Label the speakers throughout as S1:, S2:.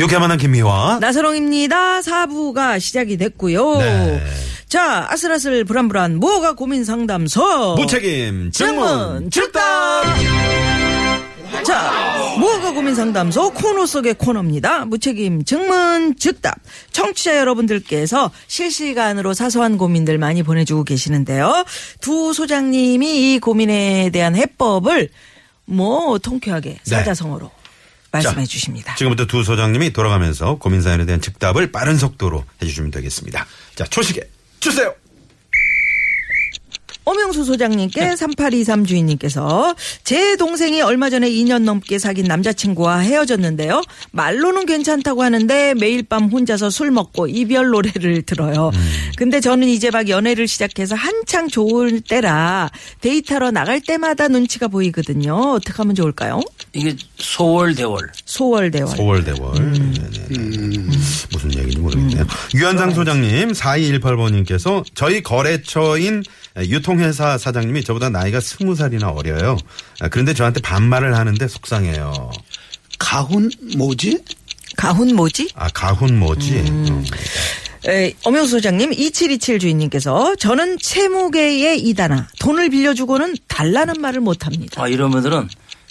S1: 유쾌만한 김미화.
S2: 네. 나서롱입니다. 사부가 시작이 됐고요.
S1: 네.
S2: 자, 아슬아슬 불안불안 뭐가 고민 상담소.
S1: 무책임 증문
S2: 출당. 자, 뭐가 고민 상담소 코너 속의 코너입니다. 무책임 증문 즉답. 청취자 여러분들께서 실시간으로 사소한 고민들 많이 보내주고 계시는데요. 두 소장님이 이 고민에 대한 해법을 뭐 통쾌하게 사자성어로 말씀해
S1: 네. 자,
S2: 주십니다.
S1: 지금부터 두 소장님이 돌아가면서 고민 사연에 대한 즉답을 빠른 속도로 해주시면 되겠습니다. 자 초식에 주세요.
S2: 오명수 소장님께 3823 주인님께서 제 동생이 얼마 전에 2년 넘게 사귄 남자친구와 헤어졌는데요. 말로는 괜찮다고 하는데 매일 밤 혼자서 술 먹고 이별 노래를 들어요. 근데 저는 이제 막 연애를 시작해서 한창 좋을 때라 데이트하러 나갈 때마다 눈치가 보이거든요. 어떻게 하면 좋을까요?
S3: 이게 소월대월.
S2: 소월대월.
S1: 소월대월. 네네네. 무슨 얘기인지 모르겠네요. 유현상 소장님 4218번님께서 저희 거래처인 유통회사 사장님이 저보다 나이가 스무 살이나 어려요. 아, 그런데 저한테 반말을 하는데 속상해요.
S4: 가훈 뭐지?
S2: 가훈 뭐지?
S1: 아 가훈 뭐지? 음.
S2: 에, 엄영수 소장님, 2727 주인님께서 저는 채무계의 이단아 돈을 빌려주고는 달라는 말을 못합니다.
S3: 아, 이런 분들은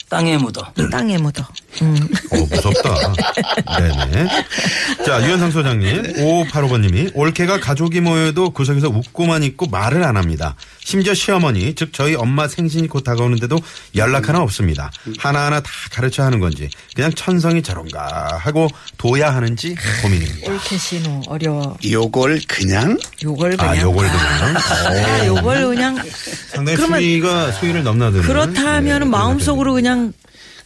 S3: 땅에 묻어.
S2: 땅에 묻어.
S1: 어, 무섭다. 네네. 자, 유현상 소장님, 5585번님이 올케가 가족이 모여도 구석에서 웃고만 있고 말을 안 합니다. 심지어 시어머니, 즉 저희 엄마 생신이 곧 다가오는데도 연락 하나 없습니다. 하나하나 다 가르쳐 하는 건지 그냥 천성이 저런가 하고 둬야 하는지 고민입니다.
S2: 올캐시노 어려워.
S5: 요걸 그냥
S2: 요걸 그냥.
S1: 아, 요걸 그냥.
S2: 아, 요걸 그냥.
S1: 상당히
S2: 그러면
S1: 수위가 수위를 넘나드는.
S2: 그렇다면
S1: 네,
S2: 은 마음속으로 그냥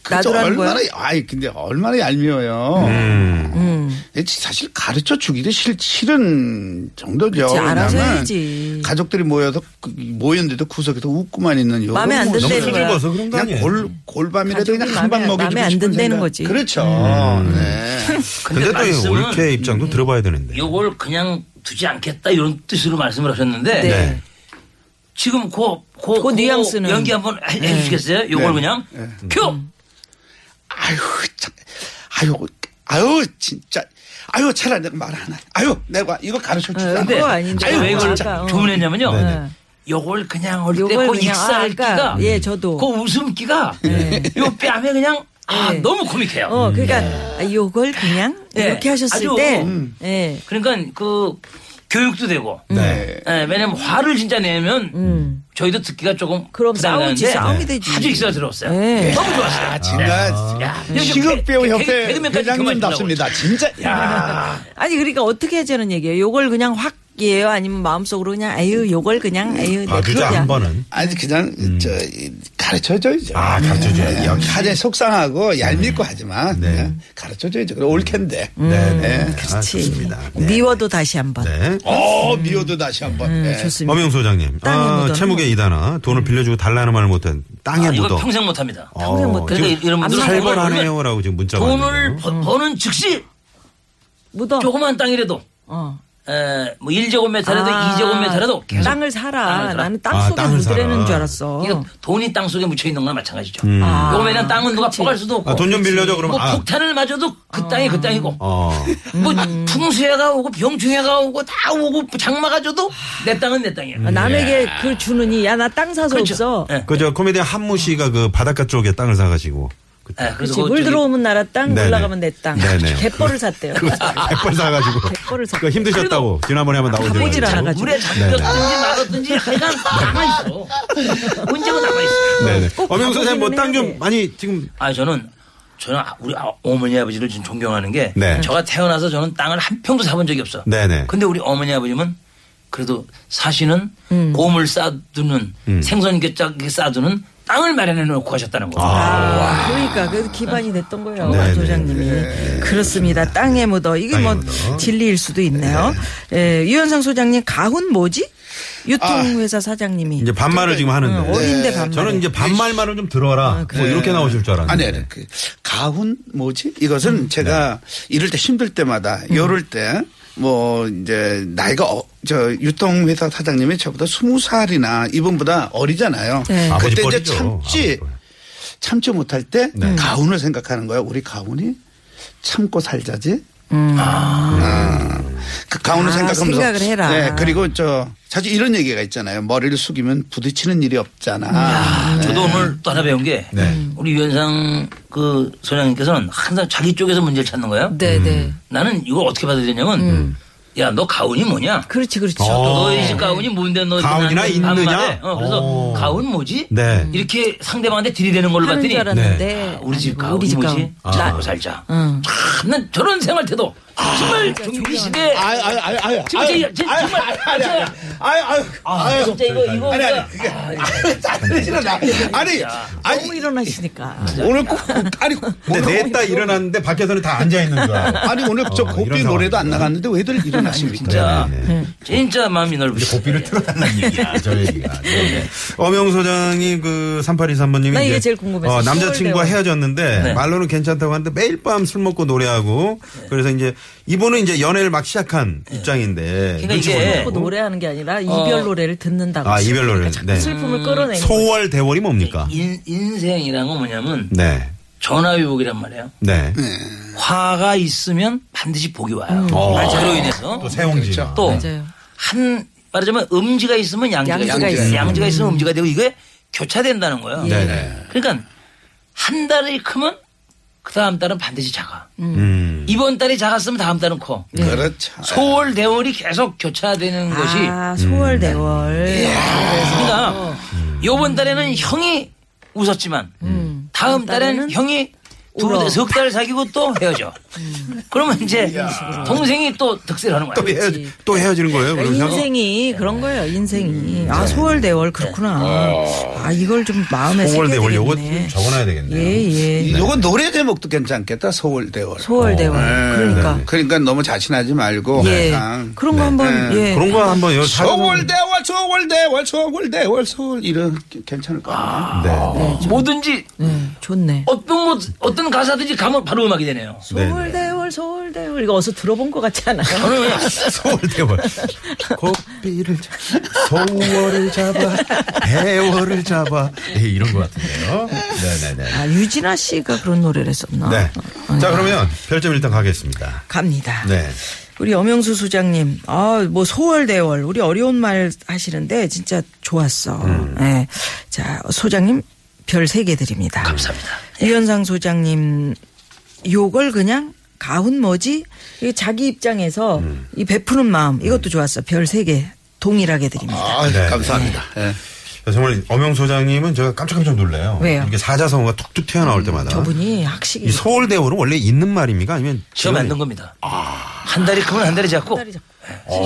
S2: 놔두라는 거야.
S5: 얼마나 아이 근데 얼마나 얄미워요.
S1: 음.
S5: 음. 예, 사실 가르쳐 주기도 싫 싫은 정도죠.
S2: 그치, 알아서
S5: 왜냐면
S2: 해야지.
S5: 가족들이 모여서 그- 모였는데도 구석에서 웃고만 있는 요.
S2: 마음에 안
S1: 너무
S2: 든다는 거야.
S1: 수줍어서 그런 거
S5: 그냥
S1: 아니에요?
S5: 골 골밤이라도
S2: 가족이
S5: 그냥 한 방
S2: 마음에-
S5: 먹이고
S2: 마음에 안 든다는 거지.
S5: 그렇죠.
S1: 음.
S5: 네.
S1: 근데 또이
S3: 말씀은
S1: 올케 입장도 들어봐야 되는데.
S3: 요걸 그냥 두지 않겠다 이런 뜻으로 말씀을 하셨는데
S2: 네.
S1: 네.
S3: 지금 그, 그,
S2: 그 뉘앙스는. 네. 음.
S3: 연기 한번 해,
S1: 네.
S3: 해주시겠어요? 요걸 그냥 큐!
S5: 아유, 참, 아유, 아유, 진짜. 아유, 차라리 내가 말 안 해. 아유, 내가 이거 가르쳐 주지 않아.
S3: 근데
S2: 어, 그거 네. 아닌데.
S3: 제가 왜
S2: 아유,
S3: 이걸
S2: 진짜. 어.
S3: 주문했냐면요.
S1: 네네.
S3: 요걸 그냥 올 때
S2: 요걸
S3: 그
S2: 그냥
S3: 익살기가
S2: 아까, 예, 저도.
S3: 그 웃음기가 요 뺨에 그냥 아
S2: 네.
S3: 너무 코믹해요.
S2: 어, 그러니까 아, 요걸 그냥
S3: 네.
S2: 이렇게 하셨을
S3: 아주,
S2: 때,
S3: 음.
S2: 예.
S3: 그러니까 그 교육도 되고
S2: 음.
S1: 네.
S3: 예, 왜냐면 화를 진짜 내면 저희도 듣기가 조금
S2: 그럼
S3: 부담되는데
S2: 싸우지, 싸움이 되지.
S3: 아주 익살스러웠어요.
S2: 예.
S3: 너무 좋았어요.
S5: 아, 진짜.
S1: 어?
S3: 야,
S5: 시극배우
S3: 개- 개-
S5: 협회
S3: 개그맨까지 그만
S5: 회장님답습니다. 진짜. 야.
S2: 아니 그러니까 어떻게 하자는 얘기예요. 요걸 그냥 확 예요 아니면 마음속으로 그냥 아유 요걸 그냥 아유 내
S1: 봐주자 한 번은.
S2: 음,
S5: 아니 그냥 저 가르쳐줘야죠.
S1: 음. 아, 가르쳐줘야죠.
S5: 네. 하지 속상하고 얄밉고 하지만
S1: 네.
S5: 그냥 가르쳐줘야죠. 그래 옳겠는데.
S1: 네. 네. 아,
S2: 그렇지.
S1: 좋습니다. 네.
S2: 미워도 다시 한번. 음,
S1: 네.
S5: 어 미워도 다시 한번.
S3: 음,
S5: 네.
S2: 좋습니다.
S3: 어,
S1: 엄영 소장님,
S2: 땅에
S1: 아,
S2: 묻어놓은 음.
S1: 채무계 이다나 돈을 빌려주고 달라는 말을 못한 땅에
S3: 아, 이거
S1: 묻어.
S3: 평생 못합니다.
S1: 어,
S2: 평생 못
S3: 그러니까
S1: 지금
S3: 이런 분들은 돈을
S1: 살벌하네요라고 음. 지금 문자
S3: 돈을
S1: 왔는데요.
S3: 버, 버는 즉시
S2: 묻어.
S3: 조그만 땅이라도
S2: 어.
S3: 에, 뭐 1제곱미터라도
S2: 아,
S3: 2제곱미터라도 계속
S2: 땅을 사라.
S3: 땅을 사라.
S2: 나는 땅
S1: 아,
S2: 속에
S1: 땅을
S2: 물들이는
S1: 사라.
S2: 줄 알았어.
S3: 이거 돈이 땅 속에 묻혀 있는 거나 마찬가지죠.
S2: 아,
S3: 요거면 땅은 누가 퍼갈 수도
S1: 음.
S3: 없고.
S1: 아, 돈좀 빌려줘 그러면
S3: 뭐
S1: 아.
S3: 폭탄을 맞아도 그 땅이 그 땅이고.
S1: 어.
S3: 뭐
S2: 음.
S3: 풍수해가 오고 병충해가 오고 다 오고 장마가 줘도 내 땅은 내 땅이야.
S1: 음.
S2: 아,
S1: 예.
S2: 남에게 그 주느니 야 나 땅 사서
S3: 그렇죠.
S2: 없어.
S3: 예.
S1: 그저 코미디언 한무 씨가 그 바닷가 쪽에 땅을 사가지고 그때
S3: 예, 그래서
S2: 그렇지.
S3: 그
S2: 물
S3: 저기
S2: 들어오면 나라 땅
S1: 네네.
S2: 올라가면 내 땅.
S1: 네네.
S2: 갯벌을 샀대요.
S1: 백벌 사가지고
S2: 백벌을 사-
S1: 그 힘드셨다고 지난번에 한번 나온 적이
S2: 가보질
S1: 있죠. 그렇죠?
S2: 않아가지고.
S3: 물에 잠겼든지
S1: 네,
S3: 말았든지 하여간 남아있어. 문제가 남아있어.
S1: 네네.
S2: 꼭
S1: 엄영 소장님 뭐
S2: 가보기는
S1: 땅
S2: 해야 돼.
S1: 좀 많이 지금
S3: 아 저는 저는 아- 우리 아- 어머니 아버지를 좀 존경하는 게
S1: 네.
S3: 저가 태어나서 저는 땅을 한 평도 사본 적이 없어.
S1: 네네.
S3: 근데 우리 어머니 아버님은
S1: 음.
S3: 그래도 사시는 곰을 싸두는 생선게짝 싸두는 땅을 마련해 놓고 하셨다는 거죠.
S2: 아, 그러니까 그래도 기반이 됐던 거예요
S1: 네,
S2: 조장님이
S1: 네,
S2: 그렇습니다 땅에 묻어 이게
S1: 땅에
S2: 뭐
S1: 묻어.
S2: 진리일 수도 있네요 예, 유현상 소장님 가훈 뭐지 유통회사 사장님이
S1: 아. 이제 반말을 지금 하는데. 네.
S2: 어, 어린데 네. 아, 반말
S1: 저는 이제 반말만을 좀 들어라. 뭐 이렇게 나오실 줄 알았는데. 음.
S5: 아니, 아니, 그, 가훈 뭐지? 이것은 제가
S1: 네.
S5: 이럴 때 힘들 때마다, 요럴 때, 뭐, 이제, 나이가, 어, 저, 유통회사 사장님이 저보다 스무 살이나 이분보다 어리잖아요.
S2: 네.
S1: 아버지
S5: 그때 이제
S1: 뻘이죠. 아버지
S5: 참지,
S1: 뻘. 네.
S5: 참지 못할 때, 가훈을 생각하는 거야. 우리 가훈이 참고 살자지. 아. 그 가훈을
S2: 음. 아,
S5: 생각하면서.
S2: 생각을 해라.
S5: 네, 그리고 저, 자주 이런 얘기가 있잖아요. 머리를 숙이면 부딪히는 일이 없잖아.
S2: 음.
S1: 네.
S3: 아, 저도 오늘 또 하나 배운 게 우리 유현상 그 소장님께서는 항상 자기 쪽에서 문제를 찾는 거예요.
S2: 네네
S1: 음.
S3: 나는 이걸 어떻게 받아야 되냐면 야 너 가훈이 뭐냐?
S2: 그렇지 그렇지
S1: 어.
S3: 너의 집 가훈이 뭔데 너
S1: 가훈이나
S3: 한
S1: 있느냐?
S3: 반말에. 어, 그래서
S1: 오.
S3: 가훈 뭐지?
S1: 네.
S3: 이렇게 상대방한테 들이대는 걸로
S2: 하는
S3: 봤더니
S2: 줄 알았는데
S3: 아, 우리 집
S2: 아니고,
S3: 가훈이
S2: 우리 집
S3: 뭐지?
S2: 가훈.
S3: 참고 살자. 참, 난 저런 생활 태도
S1: 아.
S3: 정말 경기 시대.
S5: 아유, 아유, 아유, 아유.
S3: 진짜,
S5: 아유,
S3: 진짜,
S5: 아유,
S3: 정말,
S5: 아유, 아유,
S3: 진짜.
S5: 아유, 아유,
S3: 아,
S5: 아유.
S3: 진짜 이거 이거
S5: 아니,
S3: 그러니까
S5: 아니, 그게. 아니, 싫어, 나. 아니, 아니,
S2: 너무 일어나시니까
S5: 오늘 꼭, 아니,
S1: 근데 냈다 일어났는데 밖에서는 다 앉아 있는 거야.
S5: 아니, 오늘 저
S1: 어,
S5: 고삐
S1: 이런
S5: 노래도 안
S1: 상황이구나.
S5: 나갔는데 왜들 일어나십니까?
S2: 아,
S3: 진짜
S2: 네.
S1: 네.
S3: 진짜 마음이 넓으시다.
S1: 고삐를 틀어달라는 얘기야, 저 얘기가. 네. 엄영 소장이 그 3823번님이.
S2: 나 이게 제일 궁금했어.
S1: 어, 남자친구와
S2: 시골
S1: 헤어졌는데
S3: 네.
S1: 말로는 괜찮다고 하는데 매일 밤 술 먹고 노래하고
S2: 네.
S1: 그래서 이제 이분은 이제 연애를 막 시작한 입장인데.
S3: 그러니까
S1: 눈치
S3: 이게
S2: 어?
S1: 보느라고.
S2: 뭐 노래하는 게 아니라 이별 노래를 듣는다고
S1: 아, 이별 노래를.
S2: 자꾸 네,
S1: 네.
S2: 슬픔을 끌어내는
S1: 소월 대월이 뭡니까?
S3: 인, 인생이란 건 뭐냐면
S1: 네.
S3: 전화유혹이란 말이에요.
S1: 네.
S3: 화가 있으면 반드시 복이 와요.
S1: 어.
S3: 그로 인해서
S1: 또
S2: 그렇죠.
S1: 세홍지가.
S3: 또 한
S2: 맞아요.
S3: 말하자면 음지가 있으면 양지가,
S2: 양지가
S3: 양지가
S2: 있어요.
S3: 있어요. 양지가 있으면 음지가 되고 이게 교차된다는 거예요.
S1: 네네.
S3: 그러니까 한 달이 크면 그 다음 달은 반드시 작아.
S1: 음.
S3: 이번 달이 작았으면 다음 달은 커.
S5: 그렇죠.
S3: 소월 대월이 계속 교차되는 것이
S2: 아 소월 대월
S3: 그러니까 요번 달에는 형이 웃었지만 다음 달에는 형이
S2: 울어.
S3: 두석달 사귀고 또 헤어져. 그러면 음. 이제 동생이 또 득세를 하는
S1: 또,
S3: 거야.
S1: 헤어, 또 헤어지는 거예요,
S2: 그러니까
S1: 그러면?
S2: 인생이 그런 거예요. 인생이 아 소월대월 그렇구나. 아 이걸 좀 마음에
S1: 소월 대월 요거
S2: 새겨야겠네.
S1: 좀
S2: 예,
S1: 적어놔야 되겠네요. 어, 네,
S2: 예예
S5: 요거 노래 제목도 괜찮겠다, 서울대월. 네.
S2: 소월대월 그러니까
S5: 그러니까 너무 자신하지 말고
S2: 예
S5: 항상.
S2: 그런 거 한번 예.
S1: 네. 그런 거 한번 요
S5: 서울대월, 서울대월, 서울대월, 서울. 이런 게 괜찮을 것 같아요.
S1: 네.
S3: 뭐든지
S2: 음, 좋네.
S3: 어떤 뭐 어떤 가사든지 가면 바로 음악이 되네요.
S2: 소월대월 소월대월 이거 어서 들어본 것 같지 않아요?
S3: 저는 그냥
S1: 서울 대월. 고삐를 잡아, 소월을 잡아, 대월을 잡아. 예, 이런 것 같은데요. 네네네.
S2: 아 유진아 씨가 그런 노래를 했었나?
S1: 네.
S2: 아,
S1: 자, 그러면 별점 일단 가겠습니다.
S2: 갑니다.
S1: 네.
S2: 우리 엄영수 소장님, 아, 뭐, 소월대월, 우리 어려운 말 하시는데, 진짜 좋았어.
S1: 음.
S2: 예. 자, 소장님, 별 세 개 드립니다.
S3: 감사합니다.
S2: 유현상 소장님, 요걸 그냥, 가훈 뭐지? 이 자기 입장에서
S1: 음.
S2: 이 베푸는 마음, 이것도 좋았어. 별 세 개 동일하게 드립니다.
S5: 아,
S1: 네.
S5: 감사합니다. 예.
S1: 정말 엄영 소장님은 제가 깜짝깜짝 놀래요.
S2: 왜요? 음,
S1: 이렇게 사자성어가 툭툭 튀어나올 때마다.
S2: 저분이
S1: 이
S2: 학식이.
S1: 서울 대월은 원래 있는 말입니까? 아니면
S3: 지어 만든 겁니다. 한 달이 크면 아. 한 달이 작고
S2: 달이 작고.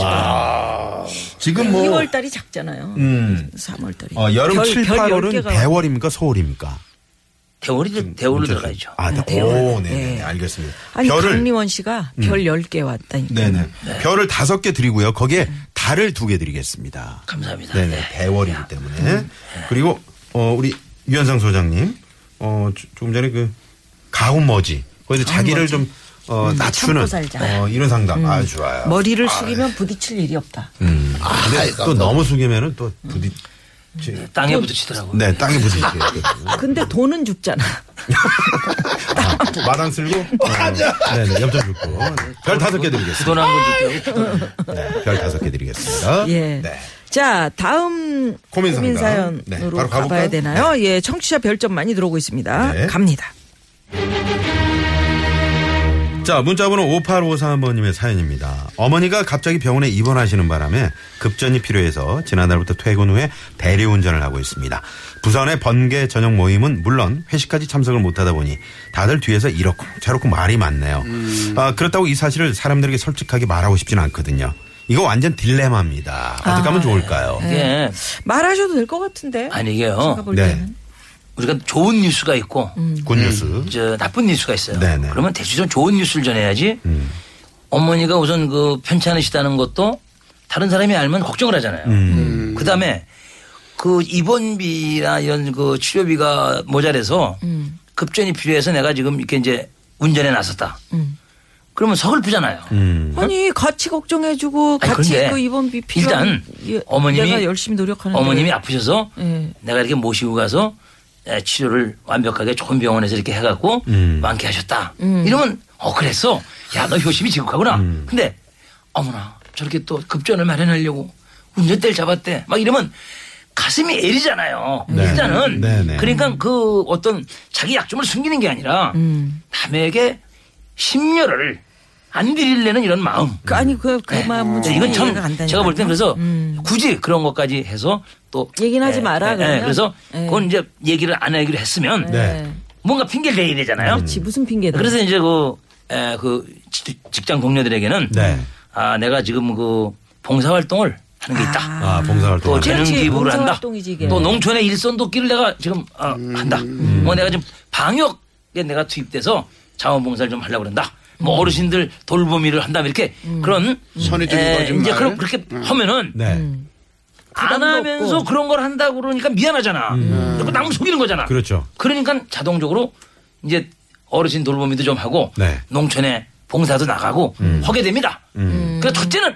S1: 지금 뭐
S2: 2월달이 작잖아요.
S1: 음.
S2: 3월달이.
S1: 어, 여름 7, 8월은 대월입니까? 서울입니까?
S3: 대월이 대월로 들어가야죠.
S1: 음, 아, 네.
S2: 음, 대월.
S1: 오, 네,
S2: 네.
S1: 네. 알겠습니다.
S2: 아니,
S1: 별을 음.
S2: 강리원 씨가 별 열 개 왔다니까.
S1: 네네. 별을 다섯 개 드리고요. 거기에
S2: 음.
S1: 달을 두 개 드리겠습니다.
S3: 감사합니다.
S1: 네네.
S3: 네.
S1: 대월이기 때문에. 그리고, 어, 우리 유현상 소장님, 어, 조- 조금 전에 그, 가훈머지. 거기서 자기를 좀, 어, 낮추는.
S2: 참고 살자.
S1: 어, 이런 상담. 아, 좋아요.
S2: 머리를
S3: 예.
S2: 숙이면 부딪힐 일이 없다.
S1: 음. 근데 또 너무 숙이면은 또 부딪,
S3: 땅에 부딪히더라고요.
S1: 네, 땅에 부딪혀요.
S2: 근데 돈은 줍잖아.
S1: 아, 마당 쓸고. 어, 네네. 염전 줍고. 별 다섯 개 드리겠습니다.
S3: 주도난 건 좋더라고요.
S1: 네, 별 다섯 개 드리겠습니다.
S2: 예.
S1: 네.
S2: 자, 다음
S1: 고민 상담.
S2: 고민 사연으로
S1: 네, 바로 가볼까요?
S2: 가봐야 되나요?
S3: 네.
S2: 예, 청취자 별점 많이 들어오고 있습니다.
S1: 네.
S2: 갑니다.
S1: 자, 문자번호 5853번님의 사연입니다. 어머니가 갑자기 병원에 입원하시는 바람에 급전이 필요해서 지난달부터 퇴근 후에 대리운전을 하고 있습니다. 부산의 번개 저녁 모임은 물론 회식까지 참석을 못하다 보니 다들 뒤에서 이렇고 저렇고 말이 많네요. 아, 그렇다고 이 사실을 사람들에게 솔직하게 말하고 싶진 않거든요. 이거 완전
S2: 아.
S1: 딜레마입니다. 어떻게 하면 좋을까요?
S3: 이게
S2: 말하셔도 될 것 같은데.
S3: 아니
S2: 네.
S3: 이게요.
S2: 제가 뭐 음. 볼
S1: 네.
S2: 때는.
S3: 우리가 좋은 뉴스가 있고
S1: 굿뉴스.
S3: 저 나쁜 뉴스가 있어요.
S1: 네네. 음.
S3: 그러면 대체로 좋은 뉴스를 전해야지. 어머니가 우선 그 편찮으시다는 것도 다른 사람이 알면 걱정을 하잖아요. 그 다음에 그 입원비나 이런 그 치료비가 모자라서
S2: 음.
S3: 급전이 필요해서 내가 지금 이렇게 이제 운전에 나섰다.
S2: 음.
S3: 그러면 서글프잖아요.
S1: 음.
S2: 아니 같이 걱정해주고
S3: 아니,
S2: 같이
S3: 그런데
S2: 그 입원 비 필요.
S3: 일단 어머님이
S2: 내가 열심히 노력하는
S3: 어머님이 아프셔서
S2: 예.
S3: 내가 이렇게 모시고 가서 에, 치료를 완벽하게 좋은 병원에서 이렇게 해갖고
S1: 음.
S3: 완쾌하셨다. 이러면 어 그랬어. 야 너 효심이 지극하구나.
S1: 음.
S3: 근데 어머나 저렇게 또 급전을 마련하려고 운전대를 잡았대. 막 이러면 가슴이 애리잖아요.
S1: 네.
S3: 일단은
S1: 네, 네.
S3: 그러니까 그 어떤 자기 약점을 숨기는 게 아니라
S2: 음.
S3: 남에게 심려를 안 드리려는 이런 마음.
S2: 그, 아니 그그
S3: 네.
S2: 마음은
S3: 네, 이건 참
S2: 이해가 안 되니까요.
S3: 제가 볼 땐 그래서
S2: 음.
S3: 굳이 그런 것까지 해서 또
S2: 얘기는 하지
S3: 예,
S2: 마라,
S3: 예,
S2: 그러면.
S3: 예, 그래서
S2: 예.
S3: 그건 이제 얘기를 안 하기로 했으면
S1: 네.
S2: 네. 음.
S3: 뭔가 핑계를 대야 되잖아요.
S2: 지 무슨 핑계다.
S3: 그래서 이제 그, 에, 그 지- 직장 동료들에게는
S1: 네.
S3: 아 내가 지금 그 봉사 활동을 하는 게 있다.
S1: 아, 봉사활동.
S3: 또 재능
S2: 그렇지,
S3: 기부를 한다.
S2: 봉사활동이지, 이게.
S3: 또 농촌의 일손 돕기를 내가 지금 어, 한다. 뭐 내가 지금 방역에 내가 투입돼서 자원봉사를 좀 하려고 그런다. 뭐 어르신들 돌봄 일을 한다 이렇게
S2: 음.
S3: 그런
S5: 선이 좀
S3: 에,
S5: 거짓말.
S3: 이제 그런 그렇게 하면은
S1: 네.
S2: 음.
S3: 안
S2: 부담도
S3: 하면서
S2: 없고.
S3: 그런 걸 한다고 그러니까 미안하잖아. 그리고 남 속이는 거잖아.
S1: 음. 그렇죠.
S3: 그러니까 자동적으로 이제 어르신 돌보미도 좀 하고
S1: 네. 음.
S3: 농촌에 봉사도 나가고 하게 됩니다. 음. 그래서 첫째는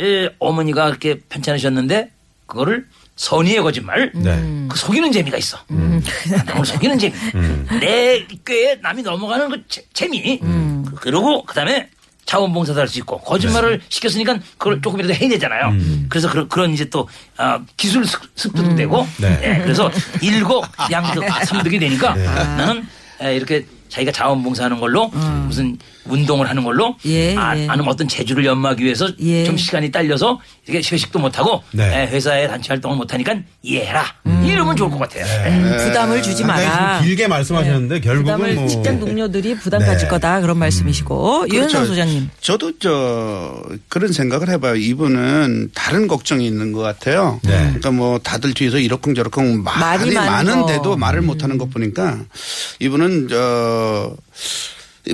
S3: 예, 어머니가 그렇게 편찮으셨는데 그거를 선의의 거짓말.
S1: 네.
S2: 음.
S3: 그 속이는 재미가 있어. 음. 남을 속이는 재미.
S1: 음.
S3: 내 꾀에 남이 넘어가는 그 재- 재미.
S2: 음.
S3: 그- 그리고 그다음에 자원봉사도 할 수 있고 거짓말을
S1: 네.
S3: 시켰으니까 그걸 조금이라도 해내잖아요.
S1: 음.
S3: 그래서 그런, 그런 이제 또 아, 기술 습- 습득도
S2: 음.
S3: 되고
S1: 네.
S3: 예, 그래서 일곡 양득
S2: 아.
S3: 삼득이 되니까 나는 예, 이렇게 자기가 자원봉사하는 걸로 무슨 운동을 하는 걸로
S2: 음. 예,
S3: 아,
S2: 예.
S3: 아는 어떤 재주를 연마하기 위해서
S2: 예.
S3: 좀 시간이 딸려서 이렇게 회식도 못하고
S1: 네.
S3: 예, 회사에 단체 활동을 못하니까 이해해라 이러면 좋을 것 같아요.
S1: 네.
S2: 음, 부담을
S3: 네.
S2: 주지
S1: 상당히
S3: 아,
S2: 마라.
S1: 지금 길게 말씀하셨는데 결국은
S2: 네. 부담을
S1: 뭐
S2: 직장 동료들이 부담
S1: 네.
S2: 가질 거다
S3: 음.
S2: 그런 말씀이시고
S3: 그렇죠.
S2: 유현상 소장님.
S5: 그렇죠. 저도 저 그런 생각을 해봐요. 이분은 다른 걱정이 있는 것 같아요.
S1: 네.
S5: 그러니까 뭐 다들 뒤에서 이러쿵저러쿵
S2: 말이
S5: 말이
S2: 많은
S5: 많은데도
S2: 거. 음.
S5: 말을 못하는 것 보니까 이분은 저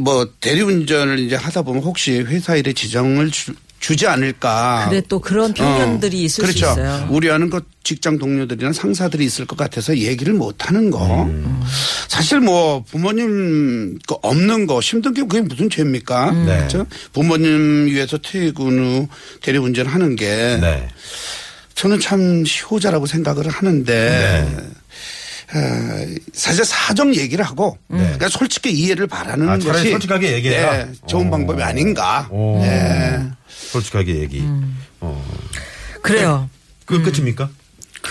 S5: 뭐 대리운전을 이제 하다 보면 혹시 회사 일에 지정을 주, 지 않을까.
S1: 아.
S2: 그래 또
S1: 어.
S2: 그런 편견들이 있을 수
S5: 그렇죠.
S2: 있어요.
S5: 우려하는 것 직장 동료들이나 상사들이 있을 것 같아서 얘기를 못 하는 거.
S1: 음.
S5: 사실 뭐 부모님 거 없는 거 힘든 게 그게 무슨 죄입니까?
S1: 네.
S5: 그렇죠? 부모님 위해서 퇴근 후 대리운전 하는 게
S1: 네.
S5: 저는 참 효자라고 생각을 하는데
S1: 네.
S5: 에, 사실 사정 얘기를 하고 그러니까 솔직히 이해를 바라는
S1: 네. 아, 차라리
S5: 것이
S1: 솔직하게 얘기해라.
S5: 네, 좋은
S1: 어.
S5: 방법이 아닌가.
S1: 오.
S5: 네.
S1: 솔직하게 얘기.
S2: 음.
S1: 어.
S2: 그래요.
S1: 그
S2: 음.
S1: 끝입니까?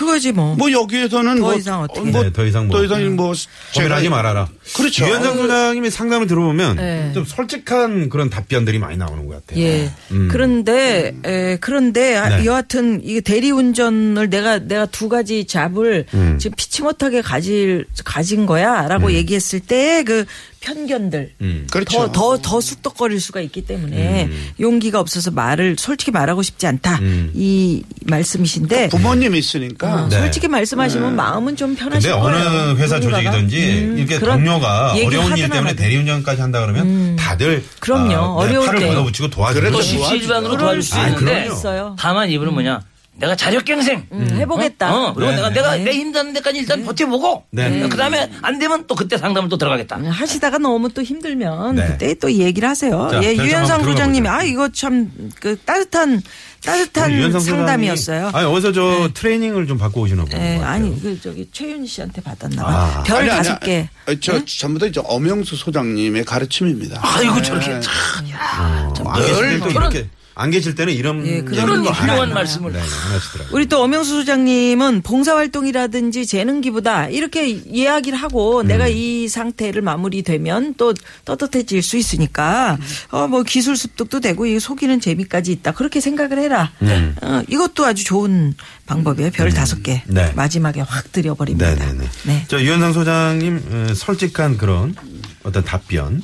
S2: 그거지 뭐.
S5: 뭐 여기에서는
S2: 더
S5: 뭐
S2: 이상 어떻게.
S1: 음. 네, 더 이상 뭐.
S5: 더 이상 뭐
S1: 고민하지 말아라.
S5: 그렇죠.
S1: 유현상 소장님의 상담을 들어보면
S2: 네.
S1: 좀 솔직한 그런 답변들이 많이 나오는 것 같아요.
S2: 예.
S1: 음.
S2: 그런데 에, 그런데 아,
S1: 네.
S2: 여하튼 이 대리운전을 내가 내가 두 가지 잡을
S1: 음.
S2: 지금 피치 못하게 가질 가진 거야라고 얘기했을 때 그 편견들
S1: 음.
S5: 그렇죠.
S2: 더 더 더 쑥덕거릴 수가 있기 때문에 용기가 없어서 말을 솔직히 말하고 싶지 않다 이 말씀이신데
S5: 부모님 이 있으니까
S2: 어,
S1: 음. 그 네.
S2: 솔직히 말씀하시면 마음은 좀 편하실
S1: 근데
S2: 거예요.
S1: 어느 회사
S2: 누군가가.
S1: 조직이든지
S2: 음,
S1: 이렇게
S2: 그런
S1: 동료가
S2: 얘기를
S1: 어려운 일
S2: 하든 안
S1: 때문에
S2: 하든.
S1: 대리운전까지 한다 그러면 다들
S2: 그럼요.
S1: 아, 네,
S2: 어려울
S1: 팔을
S2: 때.
S1: 걷어붙이고 도와주는
S5: 그래도
S3: 또
S5: 뭐
S1: 거죠.
S3: 십시일반으로
S2: 그럴
S3: 도와줄 수
S2: 수
S1: 아,
S3: 있는데
S1: 그럼요.
S2: 있어요.
S3: 다만 이분은 뭐냐 내가 자력갱생
S2: 음, 해보겠다.
S3: 어, 그리고
S1: 네,
S3: 내가
S1: 네.
S3: 내가 내 힘든 데까지 일단 버텨보고
S1: 네, 네.
S3: 그다음에 안 되면 또 그때 상담을 또 들어가겠다.
S2: 음, 하시다가 너무 또 힘들면
S1: 네.
S2: 그때 또 얘기를 하세요.
S1: 자,
S2: 예,
S1: 결정
S2: 유현상
S1: 한번
S2: 소장님이
S1: 들어가
S2: 아
S1: 보죠.
S2: 이거 참 그 따뜻한
S1: 우리
S2: 따뜻한
S1: 유현상 소장이-
S2: 상담이었어요.
S1: 아니 어디서 저 트레이닝을 좀 받고 오시나 보는
S2: 예,
S1: 것 같아요.
S2: 아니 그 저기 최윤희 씨한테 받았나 봐.
S1: 아.
S2: 별
S5: 아니, 아니,
S2: 다섯
S5: 아니,
S2: 개.
S5: 아니, 저 전부 다 이제 엄영수 소장님의 가르침입니다.
S3: 아이고
S1: 네.
S3: 저렇게 참
S1: 어, 안 계실 때도
S3: 저런-
S1: 이렇게 안 계실 때는 이런
S2: 예, 그런
S3: 그런
S1: 얘기도 안
S3: 훌륭한
S1: 하나요?
S3: 말씀을.
S1: 네, 안 하시더라고요.
S2: 우리 또 엄영수 소장님은 봉사활동이라든지 재능기부다 이렇게 이야기를 하고
S1: 음.
S2: 내가 이 상태를 마무리되면 또 떳떳해질 수 있으니까 어 뭐 기술 습득도 되고 이 속이는 재미까지 있다 그렇게 생각을 해라. 어, 이것도 아주 좋은 방법이에요. 별 다섯 개
S1: 네.
S2: 마지막에 확 들여버립니다.
S1: 네네네.
S2: 네.
S1: 자, 유현상 소장님, 어, 솔직한 그런 어떤 답변,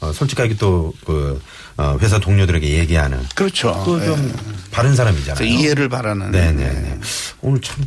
S1: 어, 솔직하게 또, 그, 어, 회사 동료들에게 얘기하는.
S5: 그렇죠.
S1: 또 좀
S5: 예.
S1: 바른 사람이잖아요. 네,
S5: 그래서 이해를 바라는.
S1: 네네네. 오늘 참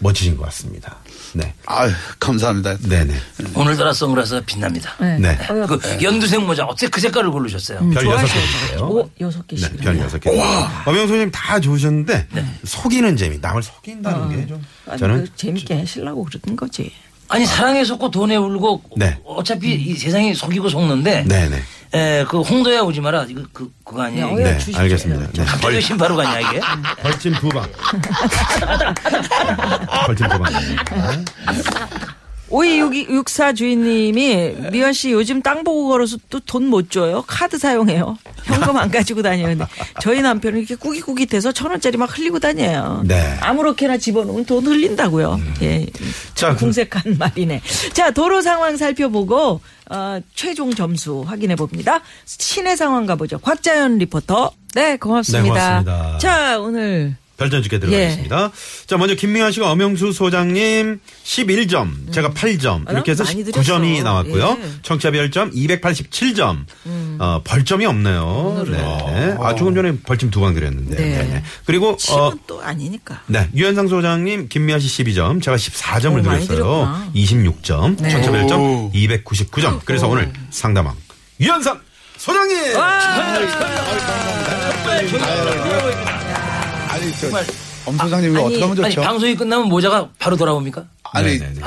S1: 멋지신 것 같습니다. 네.
S5: 아유, 감사합니다.
S1: 네네.
S3: 오늘따라 선글라스가 빛납니다.
S1: 네. 음.
S3: 그 연두색 모자 어떻게 그 색깔을 고르셨어요?
S1: 별 여섯 개 주세요.
S2: 음, 오, 여섯
S1: 네,
S2: 개씩.
S1: 별 여섯 개. 엄영 선생님 다 좋으셨는데 속이는 재미, 남을 속인다는 게 좀
S2: 네. 어. 아니,
S1: 저는
S2: 그 재밌게 하시려고 그러는 거지.
S3: 아니 사랑에 속고 돈에 울고
S1: 네.
S3: 어- 어차피 이 세상이 속이고 속는데
S1: 네네.
S3: 에, 그 홍도야 오지 마라 이거 그, 그거 아니에요?
S2: 네,
S1: 네,
S2: 주시죠.
S1: 알겠습니다. 네.
S3: 갑자기 왜 신바로 가냐 이게?
S1: 벌침 두 방. 벌침 두 방.
S2: 오이육사 주인님이 미연 씨 요즘 땅 보고 걸어서 또 돈 못 줘요. 카드 사용해요. 현금 안 가지고 다녀요. 저희 남편은 이렇게 꾸깃꾸깃해서 천 원짜리 막 흘리고 다녀요.
S1: 네. 음.
S2: 아무렇게나 집어넣으면 돈 흘린다고요. 예.
S1: 자, 그-
S2: 궁색한 말이네. 자 도로 상황 살펴보고 어, 최종 점수 확인해 봅니다. 시내 상황 가보죠. 곽자연 리포터. 네 고맙습니다.
S1: 네, 고맙습니다. 어,
S2: 자 오늘
S1: 별점 주게 들어가겠습니다.
S2: 예.
S1: 자, 먼저 김미환 씨가 엄영수 소장님 11점, 제가 8점.
S2: 아,
S1: 이렇게 해서
S2: 많이
S1: 9점이
S2: 드렸어.
S1: 나왔고요.
S2: 예. 음.
S1: 청취자 별점 287점. 어, 벌점이 없네요. 네. 아, 조금 전에 벌점 두 방 드렸는데.
S2: 어. 네.
S1: 네. 네. 그리고
S2: 치은
S1: 어,
S2: 또 아니니까.
S1: 네. 유현상 소장님, 김미아 씨 12점, 제가 14점을
S2: 오, 많이
S1: 드렸어요.
S2: 드렸구나.
S1: 26점,
S2: 네.
S1: 청차별점 299점. 그래서 오늘 상담왕 유현상 소장님!
S2: 아!
S5: 아니, 저, 엄 소장님이 어떻게 하면
S3: 아니
S5: 좋죠?
S3: 방송이 끝나면 모자가 바로 돌아옵니까?
S5: 아니,
S1: 네. 네.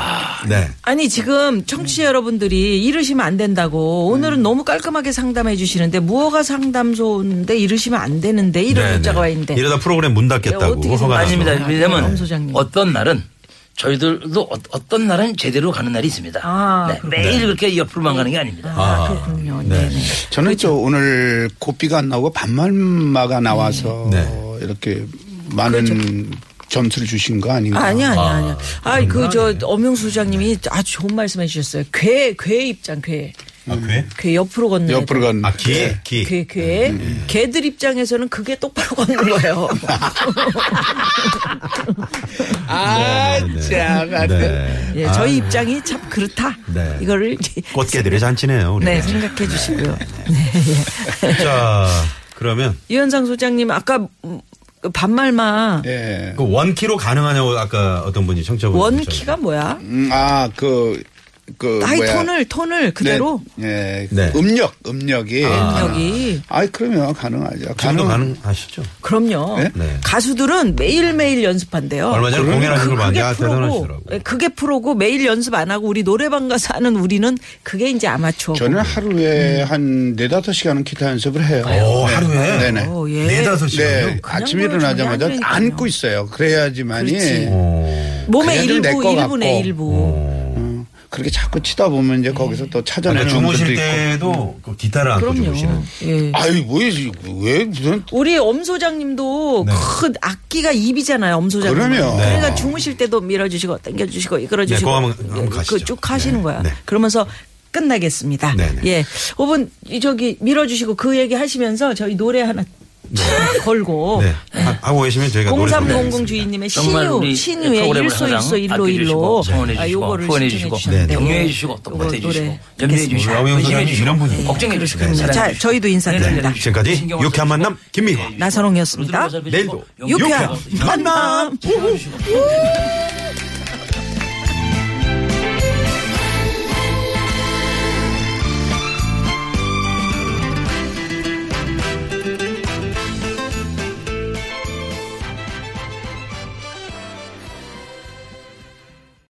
S1: 네.
S2: 아니 지금 청취자 여러분들이 이러시면 안 된다고 오늘은 너무 깔끔하게 상담해 주시는데 무허가 상담소인데 이러시면 안 되는데 이런
S1: 네,
S2: 문자가
S1: 네.
S2: 와 있는데
S1: 이러다 프로그램 문 닫겠다고
S2: 어떻게
S1: 허가 나서.
S3: 아닙니다.
S2: 나서.
S3: 왜냐면
S2: 엄 네. 소장님.
S3: 어떤 날은 저희들도 어, 떤 날은 제대로 가는 날이 있습니다.
S2: 아,
S3: 네, 매일 그렇게 옆으로만 가는 게 아닙니다.
S2: 아, 그렇군요. 네. 네.
S5: 저는 저 오늘 고삐가 안 나오고 반말마가
S2: 음.
S5: 나와서
S1: 네.
S5: 이렇게 많은 점수를 주신 거 아닌가?
S2: 그렇죠. 아니야, 아니야, 아니야. 아, 그 저 엄영수 소장님이 아주 좋은 말씀해 주셨어요. 괴, 괴 입장, 괴,
S1: 아, 그래?
S2: 괴 옆으로 걷는.
S5: 옆으로
S2: 애들.
S5: 간.
S1: 아, 기,
S5: 네.
S1: 기.
S2: 괴, 괴. 걔들 입장에서는 그게 똑바로 걷는 거예요.
S5: 아, 참. 아,
S1: 네.
S2: 예, 저희 입장이 참 그렇다.
S1: 네.
S2: 이거를 이제
S1: 꽃게들의 잔치네요. 우리가.
S2: 네, 생각해 주시고요.
S1: 자, 그러면
S2: 유현상 소장님 아까 음, 그 반말마
S5: 예.
S1: 그 원키로 가능하냐고 아까 어떤 분이 청취자분
S2: 원키가 뭐야?
S5: 음, 아, 그, 그.
S2: 아이
S5: 뭐야.
S2: 톤을 톤을
S5: 네.
S2: 그대로
S5: 예.
S1: 네. 아.
S5: 음력, 음력이.
S2: 여기
S5: 아이, 그러면 가능하죠.
S1: 지금도 가능하시죠?
S2: 그럼요.
S5: 네?
S1: 네.
S2: 가수들은 매일 매일 연습한대요.
S1: 얼마 전에
S2: 그-
S1: 공연하신 걸 봤는데 아,
S2: 그게
S1: 대단하시더라고요.
S2: 프로고 예, 그게 프로고 매일 연습 안 하고 우리 노래방 가서 하는 우리는 그게 이제 아마추어.
S5: 저는
S1: 음.
S5: 하루에 한 네다섯 시간은 기타 연습을 해요.
S1: 오, 아, 어, 하루에?
S5: 네네.
S2: 오, 예.
S1: 네 다섯
S5: 네.
S1: 시간요.
S5: 아침에
S2: 그냥
S5: 일어나자마자
S2: 그냥
S5: 안고
S2: 그러니까요.
S5: 있어요. 그래야지만이.
S2: 그렇지.
S1: 어. 오.
S2: 몸의
S5: 그래도
S2: 일부
S5: 될것
S2: 일부네
S5: 같고.
S2: 일부.
S1: 어,
S5: 음, 그렇게 자꾸 치다
S2: 네.
S5: 보면 이제 거기서 또
S1: 그러니까
S5: 찾아내는
S1: 주무실
S5: 분들도 네, 있고.
S1: 때도 그 기타를 안고
S2: 그럼요.
S1: 주무시는.
S2: 예.
S5: 아유, 뭐, 왜 무슨.
S2: 우리 엄 소장님도
S1: 네.
S2: 그 악기가 입이잖아요, 엄 소장님.
S5: 그럼요. 네.
S2: 그러니까 주무실 때도 밀어주시고 당겨주시고
S1: 네,
S2: 이끌어주시고
S1: 그거 한번- 한번 가시죠.
S2: 그쭉 하시는
S1: 네.
S2: 거야.
S1: 네.
S2: 그러면서 끝나겠습니다.
S1: 네, 네.
S2: 예, 5분 저기 밀어주시고 그 얘기 하시면서 저희 노래 하나 걸고
S1: 네. 하- 하고 계시면 저희가 노래 부르겠습니다.
S2: 0300 어. 주인님의
S3: 정말
S2: 신유
S3: 우리
S2: 신유의
S3: 프로그램을
S2: 일소
S3: 항상
S2: 일소 일로 일로
S3: 아껴주시고 성원해
S2: 아,
S3: 주시고
S2: 요거를 신청해
S3: 후원해 주시고
S2: 주셨는데
S3: 격려해 주시고 또
S2: 요거
S3: 버텨 주시고
S2: 노래
S3: 염려해
S2: 듣겠습니다.
S3: 주시고
S1: 네, 라우영
S3: 의심해
S1: 소장님
S3: 주시고
S1: 이런 분이에요.
S3: 걱정해 주시고
S1: 네.
S3: 사랑해
S2: 자,
S3: 주시고.
S2: 저희도 인사드립니다.
S3: 네, 네, 네.
S1: 지금까지
S3: 신경을
S1: 유쾌한
S3: 써주시고
S1: 만남 김미화.
S2: 나선홍이었습니다.
S3: 두드러져 주시고
S1: 내일도
S3: 네, 용기를
S2: 유쾌한
S3: 주시고.
S2: 만남.
S3: 사랑해 주시고.